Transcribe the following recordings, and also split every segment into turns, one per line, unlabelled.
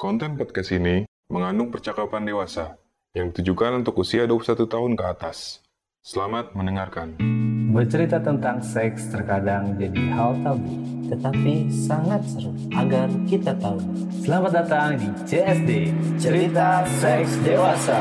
Konten podcast ini mengandung percakapan dewasa yang ditujukan untuk usia 21 tahun ke atas. Selamat mendengarkan.
Bercerita tentang seks terkadang jadi hal tabu.
tetapi sangat seru agar kita tahu.
Selamat datang di CSD, Cerita Seks Dewasa.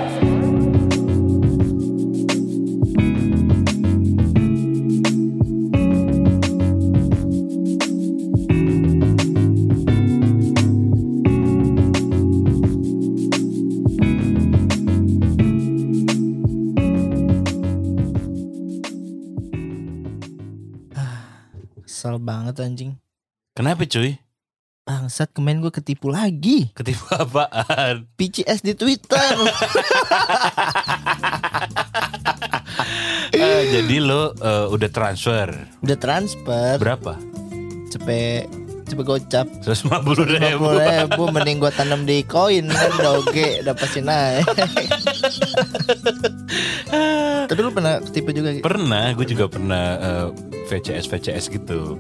Kesel banget anjing.
Kenapa cuy?
Bangsat kemarin gue ketipu lagi.
Ketipu apaan?
PCS di Twitter.
Eh, jadi lo eh, udah transfer
Udah transfer.
berapa?
Cepet cepet gocap.
150 ribu.
Boleh bu mending gue tanam di koin kan doge udah pasti naik. Tapi lu pernah ketipu juga Ki?
Pernah, gue juga pernah eh, VCS VCS gitu.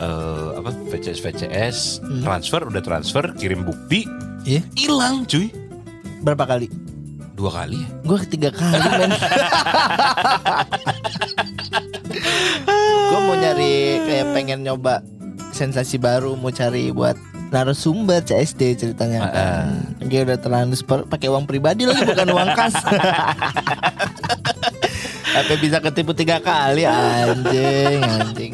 Eh, apa VCS VCS
Hmm.
transfer udah transfer kirim bukti
Iya.
hilang cuy
berapa kali?
dua kali ya
Gue ketiga kali men. gue mau nyari kayak pengen nyoba sensasi baru mau cari buat narasumber CSD ceritanya kan. Dia udah transfer pakai uang pribadi lagi bukan uang kas. Apa bisa ketipu tiga kali anjing anjing.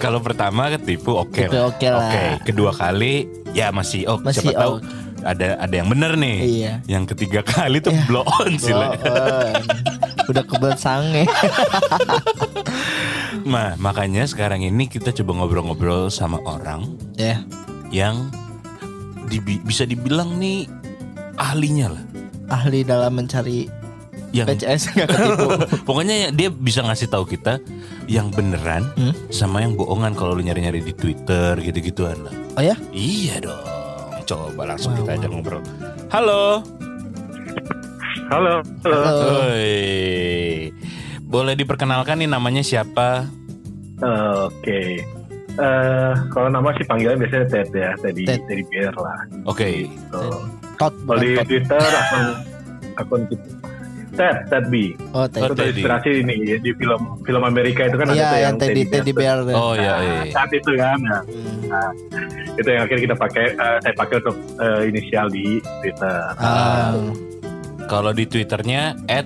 kalau pertama ketipu oke lah
Ketipu oke lah.
kedua kali ya masih oke siapa
Masih
tahu
oke.
ada ada yang bener nih
Iya.
yang ketiga kali tuh
Iya.
blow on sih Le.
Bohong. udah kebel sange.
Nah, makanya sekarang ini kita coba ngobrol-ngobrol sama orang
ya,
yang dibi- bisa dibilang nih ahlinya lah.
ahli dalam mencari
Yang
PCS nggak ketipu.
pokoknya ya, dia bisa ngasih tahu kita yang beneran
Hmm?
sama yang bohongan kalau lu nyari-nyari di Twitter gitu-gituan lah.
Oh ya?
Iya dong. Coba langsung kita aja ngobrol. Halo.
Halo, halo.
Halo.
Woi. Boleh diperkenalkan nih namanya siapa?
Eh, Oke. Eh, kalau nama sih panggilan biasanya Ted ya, Teddy,
Ted.
Teddy Bear lah.
Oke.
Gitu.
Tot
Kalau di
bukan tot.
Twitter akun akun Twitter- Ted, Ted B.
Oh, tadi.
Itu
Oh, Teddy.
terinspirasi ini di film film Amerika itu kan ada tuh
Iya, yang Teddy
Bear.
Teddy Hmm. Bear. Bear.
Oh ya.
Nah, saat itu kan, nah, itu yang akhirnya kita pakai, eh, saya pakai untuk eh, inisial di Twitter.
Ah,
Kalau di Twitternya at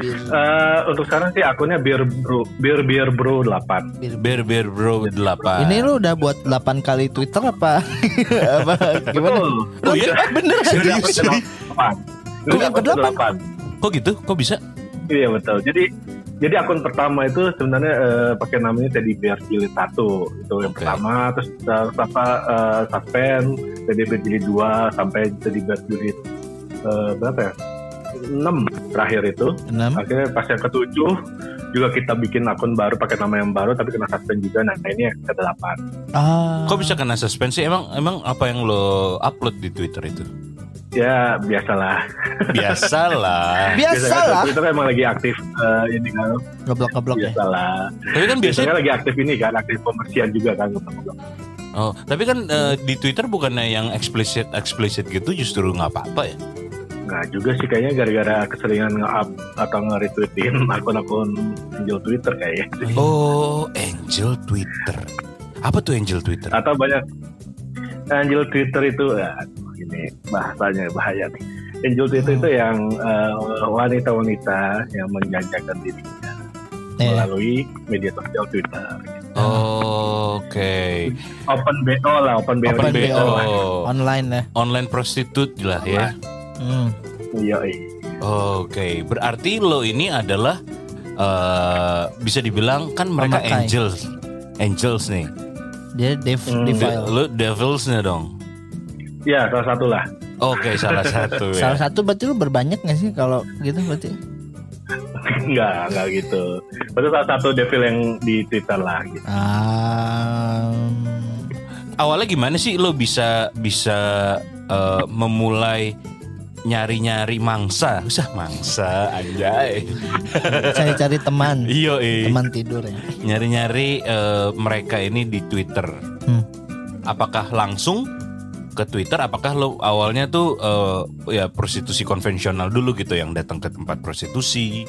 bir-
Eh, untuk sekarang sih akunnya Beer Bro, Beer Beer Bro 8.
bir-
Bear Bear Bro 8.
Ini lu udah buat 8 kali Twitter apa? apa gimana?
Betul.
Oh iya?
Bener. kan?
Serius?
Dapet
Serius?
delapan.
Lu yang
Dapet
kedelapan?
delapan.
Kok gitu? Kok bisa?
Iya betul. Jadi jadi akun pertama itu sebenarnya eh, pakai namanya Teddy Bear jilid satu itu yang
Oke.
pertama terus eh, apa eh, Suspen Teddy Bear jilid dua sampai Teddy Bear jilid eh, berapa ya? Enam terakhir itu.
6.
Akhirnya pas yang ketujuh juga kita bikin akun baru pakai nama yang baru tapi kena suspend juga. Nah ini yang ke delapan.
Ah.
Kok bisa kena suspensi? Emang emang apa yang lo upload di Twitter itu?
Ya biasalah.
Biasalah.
Biasalah.
Itu kan emang lagi aktif eh, ini kan.
Ngeblok-ngeblok ya.
Biasalah.
Tapi kan
biasanya
biasanya
lagi aktif ini kan aktif pembersihan juga kan
Oh, tapi kan eh, di Twitter bukannya yang explicit explicit gitu justru nggak apa-apa ya?
nggak juga sih kayaknya gara-gara keseringan nge-up atau nge-retweetin akun-akun angel Twitter kayaknya
Oh, Angel Twitter. Apa tuh Angel Twitter?
atau banyak angel Twitter itu ya, aduh, ini bahasanya bahaya nih angel Twitter itu yang eh, wanita-wanita yang menjajakan dirinya
Eh,
melalui media sosial Twitter
Oh, Oke.
open BO lah open BO
Open
BO.
BO.
online ya.
Online prostitute lah ya.
Hmm.
iya iya.
Oke, berarti lo ini adalah eh bisa dibilang kan mereka
Pemakai.
angels. Angels nih.
Dia dev
Hmm.
defile.
Lo devils dong.
ya salah satu lah
Oke, salah satu ya.
Salah satu berarti lu berbanyak gak sih kalau gitu berarti?
Enggak, enggak gitu. Itu salah satu devil yang di Twitter lah gitu.
Ah,
Awalnya gimana sih lo bisa bisa eh, memulai nyari-nyari mangsa? Usah mangsa anjay.
cari-cari teman,
Iya, eh.
teman tidur ya.
nyari-nyari eh, mereka ini di Twitter.
Hmm.
Apakah langsung ke Twitter? Apakah lo awalnya tuh eh, ya prostitusi konvensional dulu gitu yang datang ke tempat prostitusi?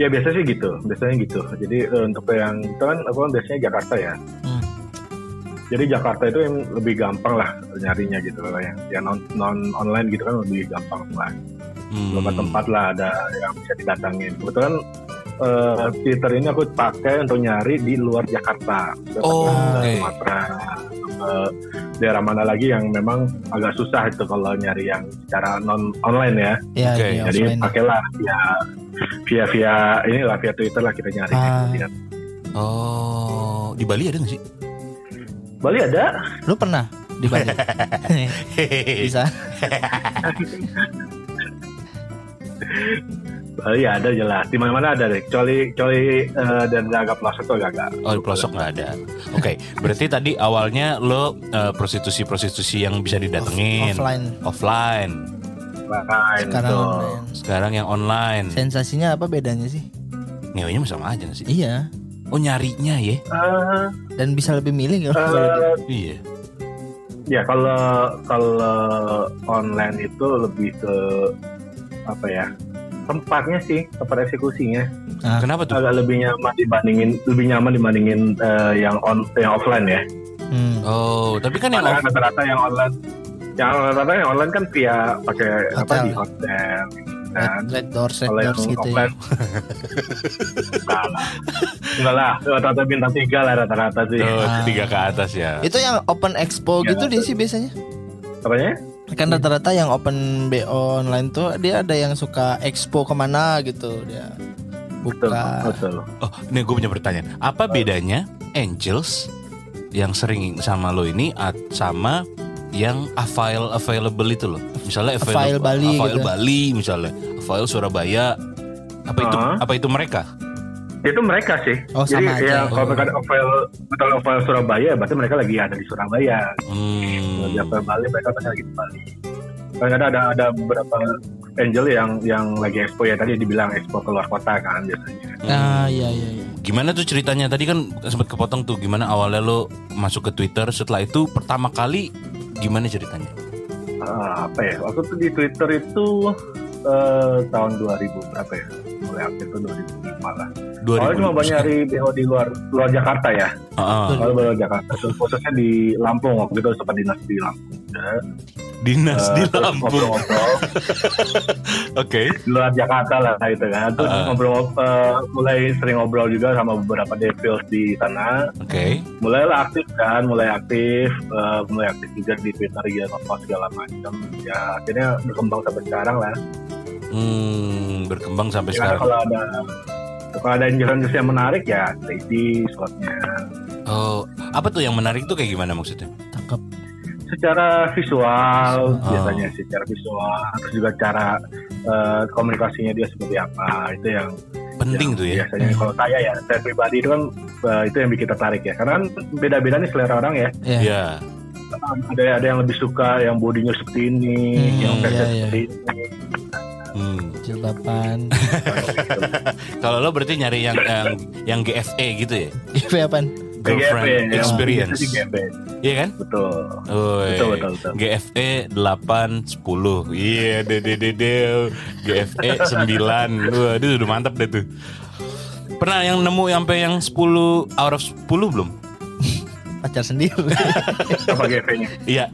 Ya biasanya sih gitu, biasanya gitu. Jadi eh, untuk yang itu kan aku kan biasanya Jakarta ya.
Hmm.
Jadi Jakarta itu yang lebih gampang lah nyarinya gitu lah yang yang non, non online gitu kan lebih gampang lah.
Hmm.
Beberapa tempat lah ada yang bisa didatangin. Kebetulan eh, Twitter ini aku pakai untuk nyari di luar Jakarta, Misalnya
Oh,
Sumatera,
oke.
Sumatera, eh, daerah mana lagi yang memang agak susah itu kalau nyari yang secara non online ya.
Ya,
Oke,
di
Jadi
offline.
pakailah via via via inilah via Twitter lah kita nyari.
Ah.
Oh, di Bali ada nggak sih?
Bali ada?
Lu pernah di Bali? Bisa.
Bali ada jelas. Di mana-mana ada deh. Kecuali kecuali eh, dan agak pelosok tuh agak agak.
Oh, di pelosok nggak ada. Oke, berarti tadi awalnya lo eh, prostitusi-prostitusi yang bisa didatengin
Offline.
offline.
Lain
Sekarang
tuh.
online.
Sekarang yang online. Sensasinya
Apa bedanya sih?
Ngewenya sama aja nggak sih?
Iya.
Oh, nyarinya ya?
Eh,
Dan bisa lebih milih nggak?
eh,
kalau di-
Iya.
ya kalau kalau online itu lebih ke apa ya? Tempatnya sih tempat eksekusinya
Kenapa tuh?
agak lebih nyaman dibandingin lebih nyaman dibandingin eh, yang on yang offline ya.
Hmm.
Oh, tapi kan yang
Padahal
off-
rata-rata yang online yang rata-rata yang online kan via pakai apa
Hotel.
di hotel kan.
Red, red doors, red
Kalau yang
doors gitu ya.
offline Enggak lah. Enggak lah, rata-rata bintang tiga lah rata-rata sih.
tuh,
Ah.
tiga ke atas ya.
Itu yang open expo
Ya,
gitu dia sih biasanya.
Apanya? Iya.
Kan rata-rata yang open BO online tuh dia ada yang suka expo kemana gitu dia.
Betul,
Buka.
betul.
Oh, nih gue punya pertanyaan. Apa bedanya Angels yang sering sama lo ini at- sama yang avail available itu loh? Misalnya available,
Avail Bali
avail
gitu.
Bali misalnya, avail Surabaya. Apa itu
Ah.
apa itu mereka?
Itu mereka sih.
Oh,
Jadi
sama aja.
ya kalau mereka ada oval betul oval Surabaya, berarti mereka lagi ada di Surabaya. Kalau
Hmm.
di oval Bali mereka pasti lagi di Bali. Kadang-kadang ada ada beberapa angel yang yang lagi expo ya tadi dibilang expo keluar kota kan biasanya.
Nah, iya iya iya.
Gimana tuh ceritanya tadi kan sempat kepotong tuh gimana awalnya lo masuk ke Twitter setelah itu pertama kali gimana ceritanya?
Ah, apa ya waktu itu di Twitter itu eh, tahun 2000 berapa ya mulai aktif itu 2005 lah.
2000.
Awalnya cuma banyak nyari BO di luar luar Jakarta ya.
Ah, ah.
Awalnya luar Jakarta. Terus khususnya di Lampung waktu itu sempat dinas di Lampung. Ya.
Dinas di
Eh, terus
Lampung. Oke.
Ngobrol-ngobrol di luar Jakarta lah gitu kan. Terus
Ah.
ngobrol eh, mulai sering ngobrol juga sama beberapa devils di sana.
Oke.
Nah. Mulailah aktif kan, mulai aktif, eh, mulai aktif juga di Twitter ya, apa segala macam. Ya akhirnya berkembang sampai sekarang lah.
Hmm, berkembang sampai
Karena
sekarang.
kalau ada kalau ada angel-angel yang menarik ya isi slotnya
Oh, apa tuh yang menarik tuh kayak gimana maksudnya?
Tangkap.
secara visual
Oh.
biasanya sih, secara visual terus juga cara eh, komunikasinya dia seperti apa itu yang
Penting tuh ya.
biasanya kalau saya ya saya pribadi itu kan eh, itu yang bikin tertarik ya karena kan beda-beda nih selera orang ya
Iya.
Iya.
ada ada yang lebih suka yang bodinya seperti ini
Hmm,
yang
iya,
fashion
iya.
seperti ini
Hmm.
Jilbaban.
Kalau lo berarti nyari yang yang, yang GFE gitu ya,
Apa apaan?
girlfriend
GFE, yang
experience,
itu sih GFE.
iya kan?
betul
Oi.
Betul, betul, betul.
GFE 8 10. Iya, dedededel. GFE 9. Waduh, udah mantap deh tuh. Pernah yang nemu sampai yang 10 out of 10 belum?
Pacar sendiri.
apa GFE-nya
Iya.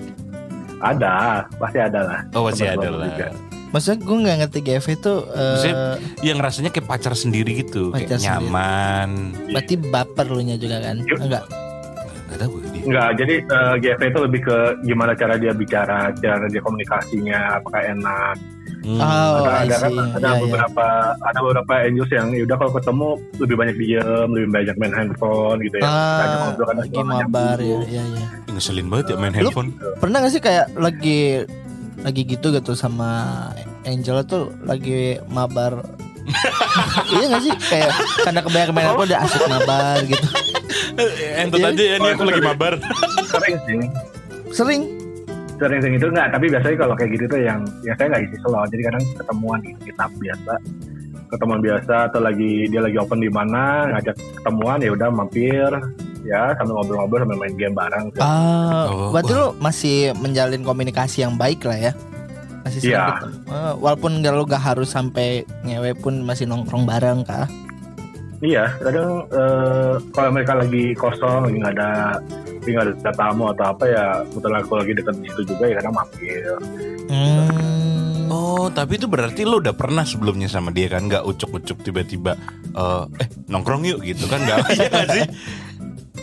ada pasti ada lah
Oh, masih
Teman-teman
ada lah.
juga.
Maksudnya gue nggak ngerti GV itu eh,
Maksudnya yang rasanya kayak pacar sendiri gitu,
Pacar
kayak
sendiri.
nyaman.
berarti baper lu nya juga kan?
Yuk.
Enggak.
Gak tahu gue dia.
Enggak, jadi eh, GFP itu lebih ke gimana cara dia bicara, cara dia komunikasinya, apakah enak.
Hmm.
Oh, I
ada ada kan
see.
ada
Iya, iya.
beberapa ada beberapa angels yang ya udah kalau ketemu lebih banyak diem, lebih banyak main handphone gitu ya. Banyak
Ah,
ngobrol, kadang
lagi
suaranya
mabar ya,
bunyi.
ya, ya.
Ih, Ngeselin banget ya main
Lu-
handphone.
Pernah gak sih kayak lagi lagi gitu gitu sama Angela tuh lagi mabar iya gak sih kayak karena kemarin-kemarin aku udah
Oh.
asik mabar gitu
Entot
Iya.
aja ya ini aku lagi mabar.
sering sih
sering
sering sering itu enggak tapi biasanya kalau kayak gitu tuh yang ya saya nggak isi slow jadi kadang ketemuan di kitab biasa ketemuan biasa atau lagi dia lagi open di mana ngajak ketemuan ya udah mampir ya sambil ngobrol-ngobrol sambil main game bareng
ah
Oh,
berarti lo masih menjalin komunikasi yang baik lah ya masih sering
Iya.
ketemu. Eh, walaupun gak lo gak harus sampai ngewe pun masih nongkrong bareng kah
Iya, kadang eh, kalau mereka lagi kosong, lagi nggak ada, lagi nggak ada tamu atau apa ya, kebetulan aku lagi deket di situ juga ya kadang mampir.
hmm.
Oh, tapi itu berarti lo udah pernah sebelumnya sama dia kan? Gak ucuk-ucuk tiba-tiba, eh, eh nongkrong yuk gitu kan? Gak, iya gak sih?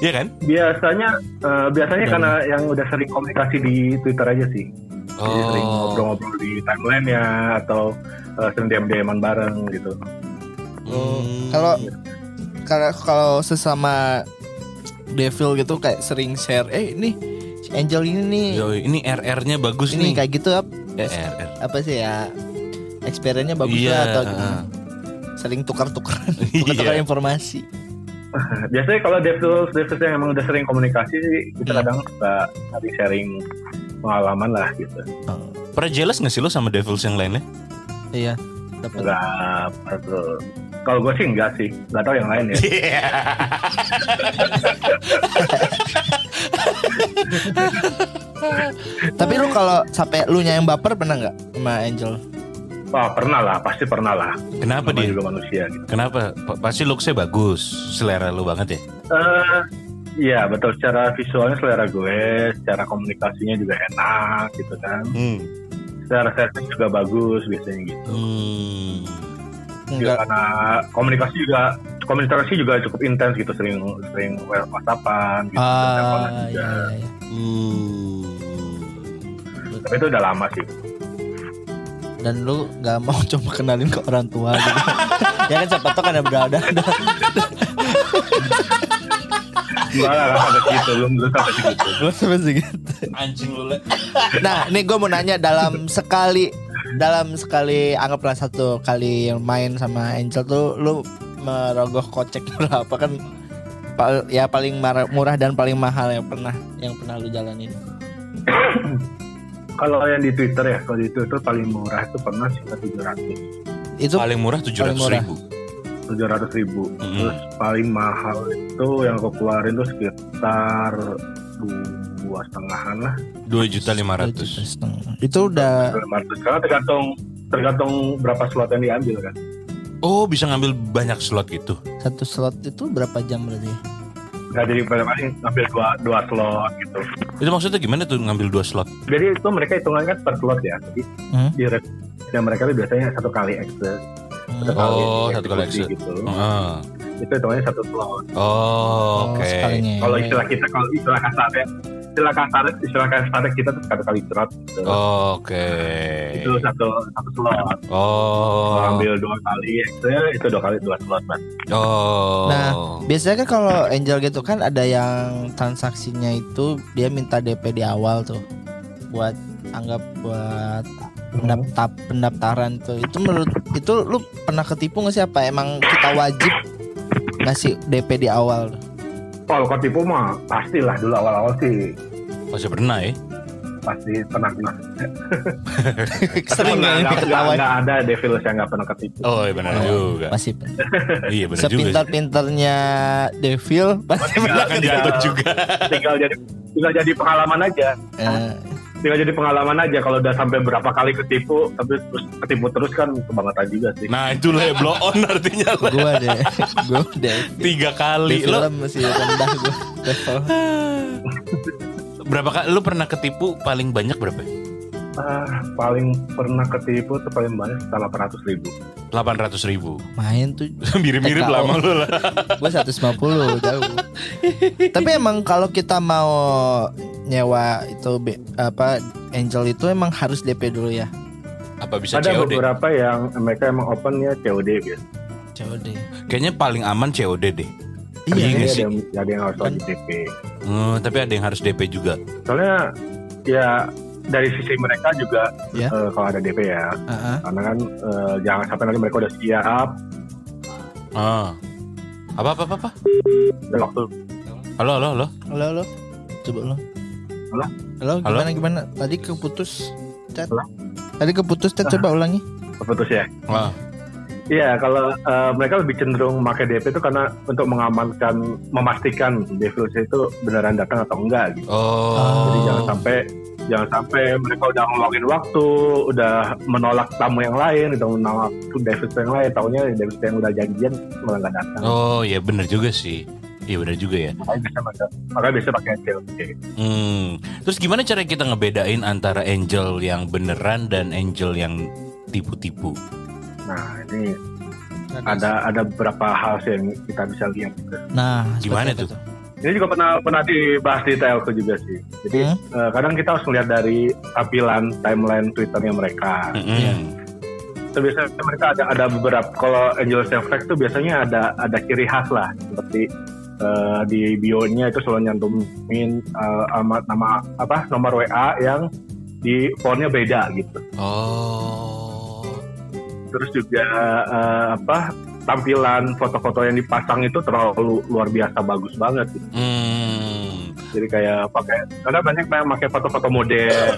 Iya kan?
Biasanya, eh, biasanya karena yang udah sering komunikasi di Twitter aja sih, Jadi Iya,
Oh.
sering ngobrol-ngobrol di timeline ya atau eh, sering DM-DM-an bareng gitu.
Hmm.
kalau kalau kalau sesama devil gitu kayak sering share eh ini si Angel ini nih
Yoi, ini RR-nya bagus Ya,
ini
nih.
kayak gitu ap-
Eh, RR.
apa sih ya eksperiennya bagus
Iya,
lah atau
heeh.
sering tukar-tukaran
Iya.
tukar-tukar informasi
Nah, Biasanya kalau devils, devils yang emang udah sering komunikasi sih, kita kadang suka tadi sharing pengalaman lah gitu.
Pernah jealous gak sih lo sama Devils yang lainnya?
iya dapat
Enggak, perlu. eh, Kalau gue sih enggak sih, nggak tahu yang lain ya.
tapi lu kalau sampai lu yang baper pernah nggak sama Angel
Wah pernah lah, pasti pernah lah.
Kenapa
Namanya
dia?
juga manusia gitu.
Kenapa? Pa- Pasti looksnya bagus, selera lo banget ya.
Eh, Iya betul, secara visualnya selera gue, secara komunikasinya juga enak gitu kan.
Hmm.
Secara setting juga bagus biasanya gitu. Juga
Hmm.
enggak
karena komunikasi juga komunikasi juga cukup intens gitu, sering sering whatsappan gitu, sering
ah
teleponan juga.
iya, iya.
Hmm.
Tapi itu udah lama sih.
dan lu nggak mau coba kenalin ke orang tua gitu. ya kan siapa tau kan ada berada
Gua lah nggak sampai situ, belum belum sampai situ.
lu sampai segitu
Anjing lu.
Nah, ini gue mau nanya dalam sekali dalam sekali anggaplah satu kali yang main sama Angel tuh lu merogoh kocek berapa kan Pal- ya paling mar- murah dan paling mahal yang pernah yang pernah lu jalanin.
Kalau yang di Twitter ya, kalau di Twitter paling murah itu pernah sekitar tujuh ratus,
Itu
Paling murah 700
murah.
ribu.
tujuh ratus ribu.
Mm.
Terus paling mahal itu yang aku keluarin tuh sekitar dua setengahan lah,
2 juta
juta
500.
setengah. Itu udah
dua ratus. Karena tergantung tergantung berapa slot yang diambil kan.
Oh, bisa ngambil banyak slot gitu.
satu slot itu berapa jam berarti?
Nggak jadi pada paling ambil dua dua slot gitu.
Itu maksudnya gimana tuh ngambil dua slot?
Jadi itu mereka hitungan kan per slot ya. Jadi
Mm-hmm.
Hmm.
di rate yang mereka itu biasanya satu kali access, satu
Hmm,
kali
Oh, satu kali Oh. Mm-hmm.
eksekusi
access.
gitu.
Heeh.
Itu hitungannya satu slot.
Ah. Oh, oke.
sekali ngewe.
Kalau istilah kita kalau istilah kasarnya istilah kasar istilah kasar kita tuh satu kali slot. Gitu.
Oke.
Itu satu satu slot.
Oh.
Kalau ambil dua kali ekstra itu dua kali dua slot mas
Oh.
Nah, Biasanya kan kalau Angel gitu kan ada yang transaksinya itu dia minta DP di awal tuh buat anggap buat pendaftar pendaftaran tuh itu menurut itu lu pernah ketipu nggak sih apa emang kita wajib ngasih DP di awal
Oh, kalau kau tipu mah pastilah dulu awal-awal sih
Masih pernah ya?
pasti pernah pernah
sering
nggak
ya ini
nggak-
ketahuan
nggak ada devil yang nggak pernah ketipu
Oh, iya benar
Oh.
juga.
masih pen-
Iya benar juga. sih.
sepintar-pintarnya devil pasti
Tinggal-
Akan jatuh juga.
tinggal jadi tinggal jadi pengalaman aja
Eh,
tinggal jadi pengalaman aja kalau udah sampai berapa kali ketipu tapi terus ketipu terus kan kebangetan juga sih
Nah, itu lah ya, blow on artinya lah.
gua deh gua deh
Tiga
di
kali. Lo
film masih rendah gua level
berapa kali? Lo pernah ketipu paling banyak berapa?
Ah, paling pernah ketipu tuh paling banyak sekitar 800 ribu
800 ribu.
main tuh
Mirip-mirip lah sama lo lah.
gue 150 jauh tapi emang kalau kita mau nyewa itu be- apa angel itu emang harus DP dulu ya
Apa bisa
ada
COD?
beberapa yang mereka emang open ya COD biasa
COD
Kayaknya paling aman COD deh.
iya
Iya
iya.
Jadi
sih.
ada yang, ada yang harus wajib DP
Oh, Hmm, tapi ada yang harus DP juga.
soalnya ya dari sisi mereka juga
Ya.
eh, kalau ada DP ya
Heeh.
karena kan eh, jangan sampai nanti mereka udah siap
Ah. Apa apa apa? apa?
dan waktu
Halo halo halo.
Halo, halo. Coba lo.
Halo?
Halo,
Halo?
gimana gimana? Tadi keputus chat.
Halo?
Tadi keputus chat coba ulangi.
keputus ya
Wah.
Iya, kalau eh, mereka lebih cenderung pakai DP itu karena untuk mengamankan, memastikan developer itu beneran datang atau enggak gitu. Jadi jangan
Oh.
sampai jangan sampai mereka udah ngeluangin waktu, udah menolak tamu yang lain, udah menolak developer yang lain, taunya developer yang udah janjian malah nggak datang.
Oh ya bener juga sih. Iya bener juga ya.
Makanya bisa pakai, makanya bisa pakai DLC.
Hmm. Terus gimana cara kita ngebedain antara angel yang beneran dan angel yang tipu-tipu?
Nah ini ada ada beberapa hal sih yang kita bisa lihat. gitu.
Nah,
Gimana
seperti
tuh?
itu.
Ini juga pernah pernah dibahas di TLK juga sih. Jadi
Hmm?
Eh, kadang kita harus melihat dari tampilan timeline Twitternya mereka.
Mm-mm.
Iya.
Itu biasanya mereka ada ada beberapa kalau Angel Selflex itu biasanya ada ada ciri khas lah seperti eh, di bio-nya itu selalu nyantumin eh, ama- nama apa nomor WA yang di fontnya beda gitu.
Oh.
Terus juga eh, apa tampilan foto-foto yang dipasang itu terlalu luar biasa bagus banget gitu.
Hmm.
Jadi kayak pakai karena banyak yang pakai foto-foto model,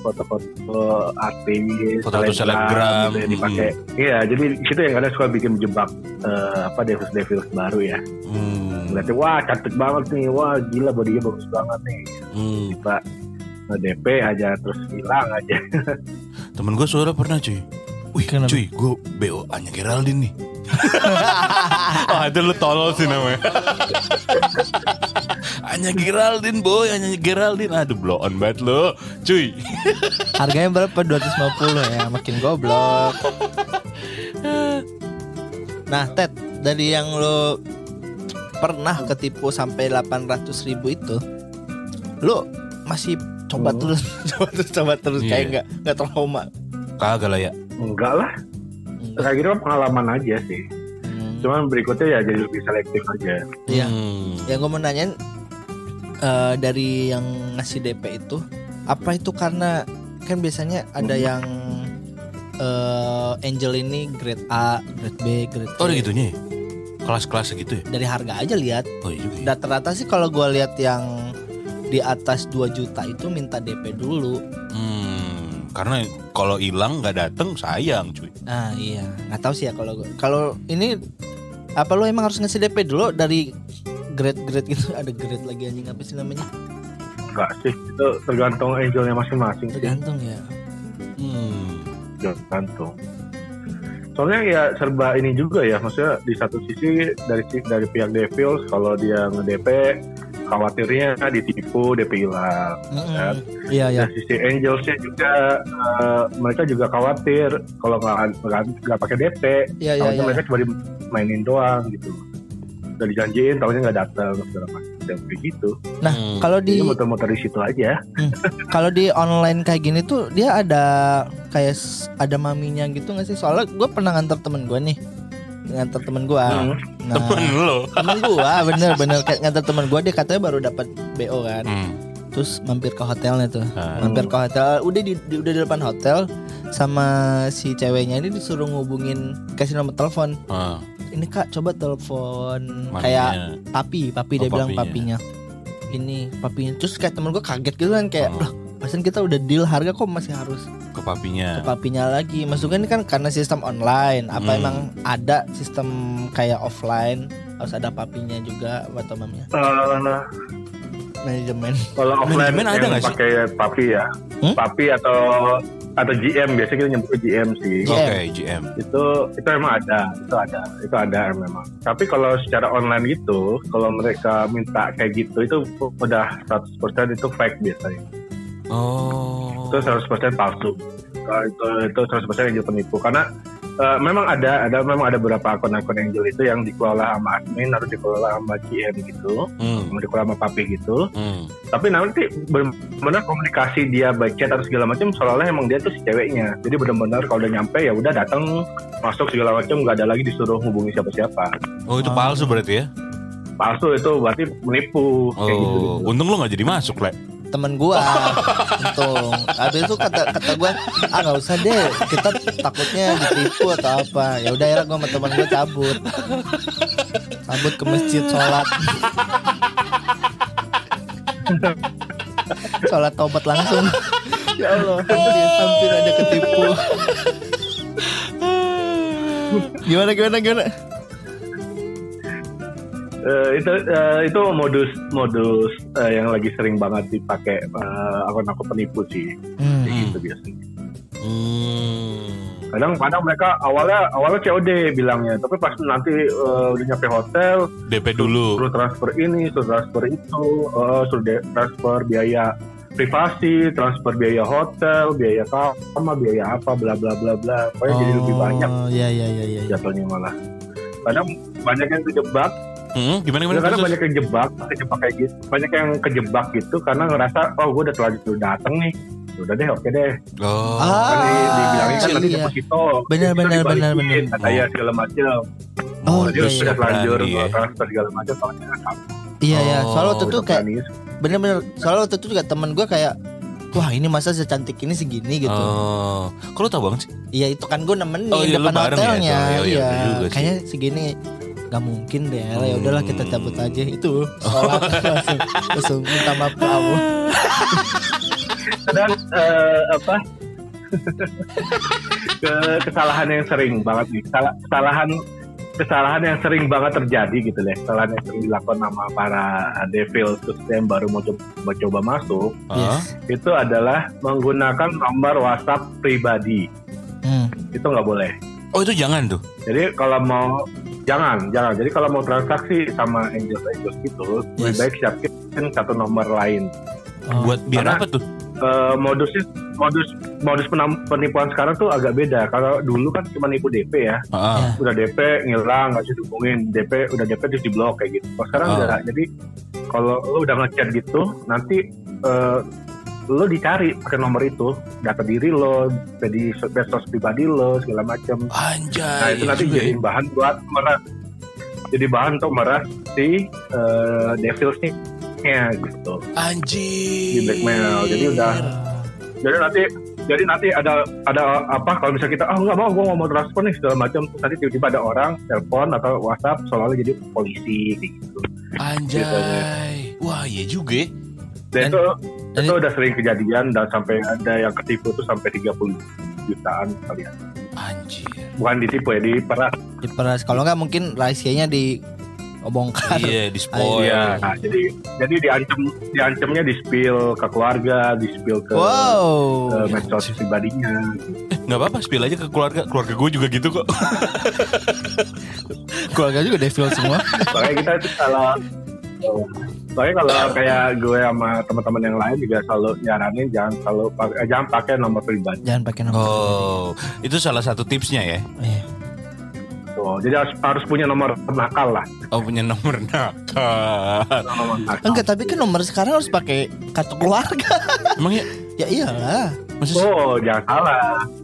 foto-foto artis,
Foto-foto selebgram, Hmm.
gitu ya, dipakai. Iya, jadi itu yang kadang suka bikin jebak eh, apa devils devils baru ya.
Hmm.
Berarti wah cantik banget nih, wah gila bodinya bagus banget nih.
Hmm.
Tiba eh, DP aja terus hilang aja.
Temen gue suara pernah cuy. Wih,
Kenapa?
cuy, gue BO Anya Geraldine nih. Wah, Ah, itu lu tolol sih namanya. Anya Geraldine, boy, Anya Geraldine. Aduh, blow on banget lo. Cuy.
Harganya berapa? 250 ya, makin goblok. Nah, Ted, dari yang lo pernah ketipu sampai 800 ribu itu, lo masih coba terus, coba terus, coba terus
Hmm.
kayak
Iya.
nggak nggak trauma.
Kagak lah ya.
Enggak lah,
Hmm.
kayak gitu kan pengalaman aja sih.
Hmm.
Cuman berikutnya ya jadi lebih selektif aja.
Iya.
Hmm.
Yang gue mau nanyain eh, dari yang ngasih DP itu apa itu karena kan biasanya ada yang eh, angel ini grade A, grade B, grade
Oh, ada
C.
gitunya ya? Kelas-kelas gitu ya?
Dari harga aja lihat.
Oh, iya juga ya.
Rata-rata sih kalau gue lihat yang di atas 2 juta itu minta DP dulu.
Hmm. Karena kalau hilang nggak dateng sayang cuy.
Nah iya, nggak tahu sih ya kalau gua- kalau ini apa lu emang harus ngasih DP dulu dari grade-grade gitu ada grade lagi anjing apa sih namanya
Enggak sih, itu tergantung angelnya masing-masing. sih.
tergantung ya
Hmm.
tergantung. Soalnya ya serba ini juga ya, maksudnya di satu sisi dari si- dari pihak Devils kalau dia nge-DP khawatirnya ditipu DP hilang.
Mm-mm. iya iya
Dari sisi Angelsnya juga eh, mereka juga khawatir kalau nggak nggak- nggak pakai DP,
iya iya
tahunya
iya.
mereka cuma dimainin doang gitu. Udah dijanjiin, tahunya nggak datang segala macam kayak gitu.
Nah,
Hmm.
kalau di
Jadi muter-muter di situ aja.
kalau di online kayak gini tuh dia ada kayak s- ada maminya gitu nggak sih? Soalnya gue pernah nganter temen gue nih, nganter temen gue.
Hmm.
Nah,
Temen lo.
temen gue bener-bener kayak nganter temen gue dia katanya baru dapat bo kan,
Hmm.
terus mampir ke hotelnya tuh,
Ah.
mampir ke hotel, udah di, di- udah di depan hotel sama si ceweknya ini disuruh ngubungin kasih nomor telepon
Ah,
ini kak coba telepon
maminya.
kayak papi papi dia
Oh,
bilang
papinya.
papinya ini papinya terus kayak temen gue kaget gitu kan kayak
Oh.
loh pasan kita udah deal harga kok masih harus
ke papinya.
ke papinya lagi maksudnya ini kan karena sistem online apa
Hmm.
emang ada sistem kayak offline harus ada papinya juga apa atau mamanya
Eh,
manajemen
Kalau offline
Manajemen ada
yang
nggak sih?
pakai papi ya,
Hmm?
papi atau atau GM biasanya kita nyebutnya GM sih.
Oh.
Oke, GM.
Itu itu emang ada, itu ada, itu ada memang. Tapi kalau secara online gitu, kalau mereka minta kayak gitu itu udah 100% itu fake biasanya.
Oh.
Itu 100% palsu. Kalau itu itu 100% angel penipu karena eh, memang ada ada memang ada beberapa akun-akun angel itu yang dikelola sama admin harus dikelola sama GM gitu,
Hmm.
sama dikelola sama papi gitu.
Hmm.
tapi nanti benar-benar komunikasi dia baca atau segala macam seolah-olah emang dia tuh si ceweknya jadi benar-benar kalau udah nyampe ya udah datang masuk segala macam nggak ada lagi disuruh hubungi siapa-siapa
Oh itu
Ah.
palsu berarti ya?
palsu itu berarti menipu kayak gitu
Oh, untung lo gak jadi masuk, Le.
temen gua untung habis itu kata kata gua ah nggak usah deh kita takutnya ditipu atau apa ya udah akhirnya gua sama temen gua cabut cabut ke masjid sholat sholat taubat langsung ya Allah hampir, hampir ada ketipu gimana gimana gimana
Eh, itu eh, itu modus modus eh, yang lagi sering banget dipakai eh, akun-akun penipu sih
Hmm.
Kayak gitu biasanya
Hmm.
kadang kadang mereka awalnya awalnya COD bilangnya tapi pas nanti eh, udah nyampe hotel
DP dulu.
suruh transfer ini suruh transfer itu eh, suruh de- transfer biaya privasi transfer biaya hotel biaya kamar biaya apa bla bla bla bla pokoknya jadi lebih banyak
ya ya ya ya
jatuhnya malah kadang banyak yang kejebak
Hmm, gimana gimana?
Ya, karena
terus?
banyak yang kejebak, kejebak kayak gitu. Banyak yang kejebak gitu karena ngerasa, oh gue udah terlanjur dateng nih. Ya Udah deh, oke deh.
Oh.
Ah.
Tadi dibilangin kan
iya.
tadi deposito.
Benar, benar, benar, benar.
Katanya segala macam.
Oh,
Dia
iya,
terus
udah
iya.
terlanjur,
berani, ya.
transfer segala macam. Soalnya nggak
iya ya
Oh,
soalnya waktu itu
udah
kayak
berani.
bener-bener soalnya waktu itu juga temen gua kayak wah ini masa secantik ini segini gitu
Oh, kok lu tau banget sih?
Iya itu kan gue nemenin
Oh, iya, lu
depan
bareng ya
hotelnya.
itu? Iya,
iya.
iya, bener juga sih.
Kayaknya segini nggak mungkin deh. Lah, Ya
Hmm. Oh.
udahlah kita cabut aja itu. Sholat langsung, langsung minta maaf ke Allah.
Kadang, eh, apa? Ke- kesalahan yang sering banget nih. Salah- Kesalahan kesalahan yang sering banget terjadi gitu deh kesalahan yang sering dilakukan sama para devil terus yang baru mau coba, coba masuk
Yes.
itu adalah menggunakan nomor WhatsApp pribadi.
Hmm.
Itu nggak boleh.
Hah? Oh itu jangan tuh.
Jadi kalau mau jangan, jangan. Jadi kalau mau transaksi sama angels angels gitu,
Yes.
lebih baik siapin satu nomor lain.
Oh.
Buat biar
Karena-
apa tuh?
Eh, modusnya modus modus penam- penipuan sekarang tuh agak beda. Kalau dulu kan cuma nipu DP ya,
Ah.
udah DP ngilang nggak sih dihubungin, DP udah DP terus diblok kayak gitu. Kalau sekarang
Ah.
udah nggak. jadi kalau lu udah ngechat gitu, nanti eh, lo dicari pakai nomor itu, data diri lo, jadi medsos pribadi lo segala macam.
Anjay.
Nah itu nanti
juga
jadi
ya.
bahan buat meras, jadi bahan untuk meras si eh, devils nih ya gitu
Anjir.
di blackmail. Jadi
Iya.
udah, jadi nanti jadi nanti ada ada apa kalau misalnya kita ah nggak mau gue mau transfer nih segala macam Terus nanti tiba-tiba ada orang telepon atau WhatsApp selalu jadi polisi kayak gitu.
Anjay.
Gitu aja.
Wah iya juga ya.
Dan,
Dan-
itu
dan
itu
itu-
udah sering kejadian dan sampai ada yang ketipu tuh sampai 30 jutaan kalian.
Anjir.
Bukan ditipu ya diperas.
Diperas. Kalau nggak mungkin rahasianya di obongkan.
Iya di spoil.
Iya. Nah, jadi jadi diancam diancamnya di spill ke keluarga, di spill ke
Wow.
ke medsos pribadinya.
Nggak apa-apa spill aja ke keluarga. Keluarga gue juga gitu kok.
Keluarga juga devil semua.
Makanya kita tuh kalau Soalnya kalau kayak gue sama teman-teman yang lain juga selalu nyaranin jangan selalu pakai eh, jangan pakai nomor pribadi
Jangan pakai nomor.
Oh itu salah satu tipsnya ya.
Iya.
tuh. Oh, Jadi harus, harus punya nomor nakal lah.
Oh punya nomor nakal.
Nomor nakal.
Enggak, tapi kan nomor sekarang harus pakai kartu keluarga.
Emang ya?
ya iyalah.
Maksud
Oh, jangan salah.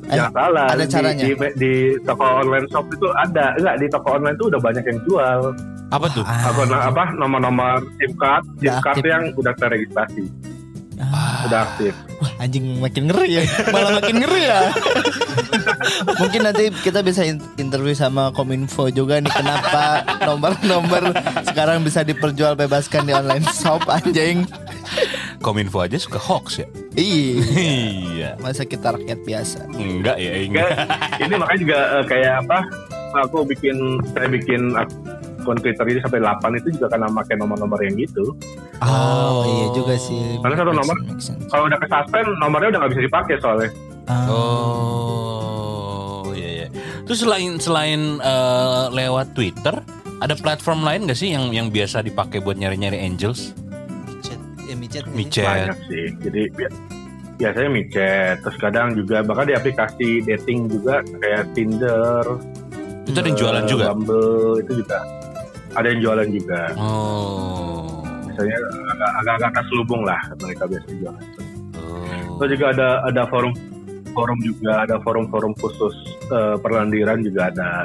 Eh,
jangan salah.
ada
Di-
caranya?
Di, di, toko online shop itu ada. Enggak, di toko online itu udah banyak yang jual.
apa tuh?
Ah,
Apa apa nomor-nomor SIM card, SIM
Udah
card
aktif.
yang udah terregistrasi,
ah.
udah aktif.
Wah, anjing makin ngeri ya. Malah makin ngeri ya. Mungkin nanti kita bisa in- interview sama Kominfo juga nih kenapa nomor-nomor sekarang bisa diperjualbebaskan di online shop anjing.
Kominfo aja suka hoax ya.
Ih,
Iya.
masa kita rakyat biasa.
Enggak ya, enggak.
Kayak- ini makanya juga eh, kayak apa? Aku bikin saya bikin akun Twitter ini sampai 8 itu juga karena pakai nomor-nomor yang gitu.
Oh, iya juga sih.
Karena satu
Makes
nomor.
sense, makes sense.
Kalau udah ke suspend, nomornya udah nggak bisa dipakai soalnya.
Ah.
Oh, iya iya. Terus selain selain eh, lewat Twitter, ada platform lain gak sih yang yang biasa dipakai buat nyari-nyari angels?
Micet. Ya, micet nggak sih?
Micet.
Banyak sih. Jadi bi- biasanya micet, terus kadang juga bahkan di aplikasi dating juga kayak Tinder,
Itu ada yang jualan
eh,
juga.
Bumble itu juga ada yang jualan juga.
Oh.
Biasanya agak- agak-agak terselubung lah mereka biasanya jualan.
Oh.
Terus juga ada ada forum forum juga ada forum-forum khusus eh, perlandiran juga ada.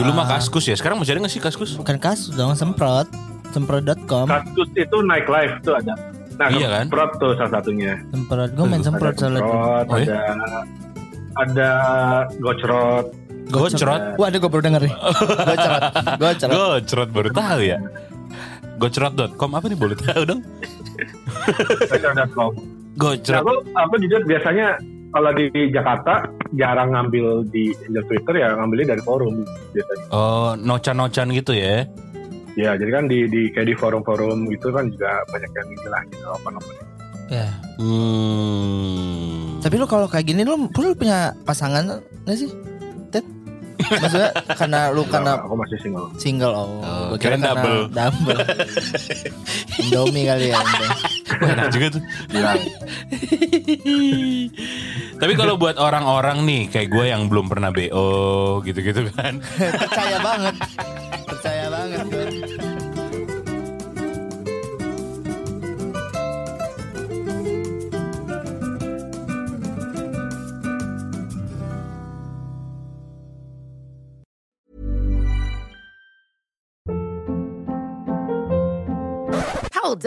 Dulu mah kaskus ya. Sekarang masih ada gak sih kaskus?
Bukan kasus dong, semprot. Semprot.com.
Kaskus itu naik live tuh ada. Nah,
Iya kan?
semprot tuh salah satunya.
semprot gue main semprot
ada
soalnya
semprot,
Oh, iya?
ada ada gocrot.
Gocrot.
wah ada gue baru denger nih gocrot gocrot
Gocrot baru tahu ya. Gocrot.com apa nih boleh tahu dong?
eh, gocrot.com. Nah,
Gocrot.
aku, aku jujur biasanya kalau di Jakarta jarang ngambil di Angel Twitter ya ngambilnya dari forum biasanya.
Oh, nocan-nocan gitu ya.
Ya, jadi kan di, di kayak di forum-forum gitu kan juga banyak yang istilah gitu apa namanya.
ya
Hmm.
tapi lu kalau kayak gini lu perlu punya pasangan nggak sih Ted maksudnya karena lu karena
Nah, aku masih single.
single oh,
Oh,
gua kira
kirain
karena
double.
double Indomie kali ya Indomie.
Wah, enak juga tuh. Tapi kalau buat orang-orang nih kayak gue yang belum pernah BO gitu-gitu kan.
percaya banget percaya banget tuh.
Hold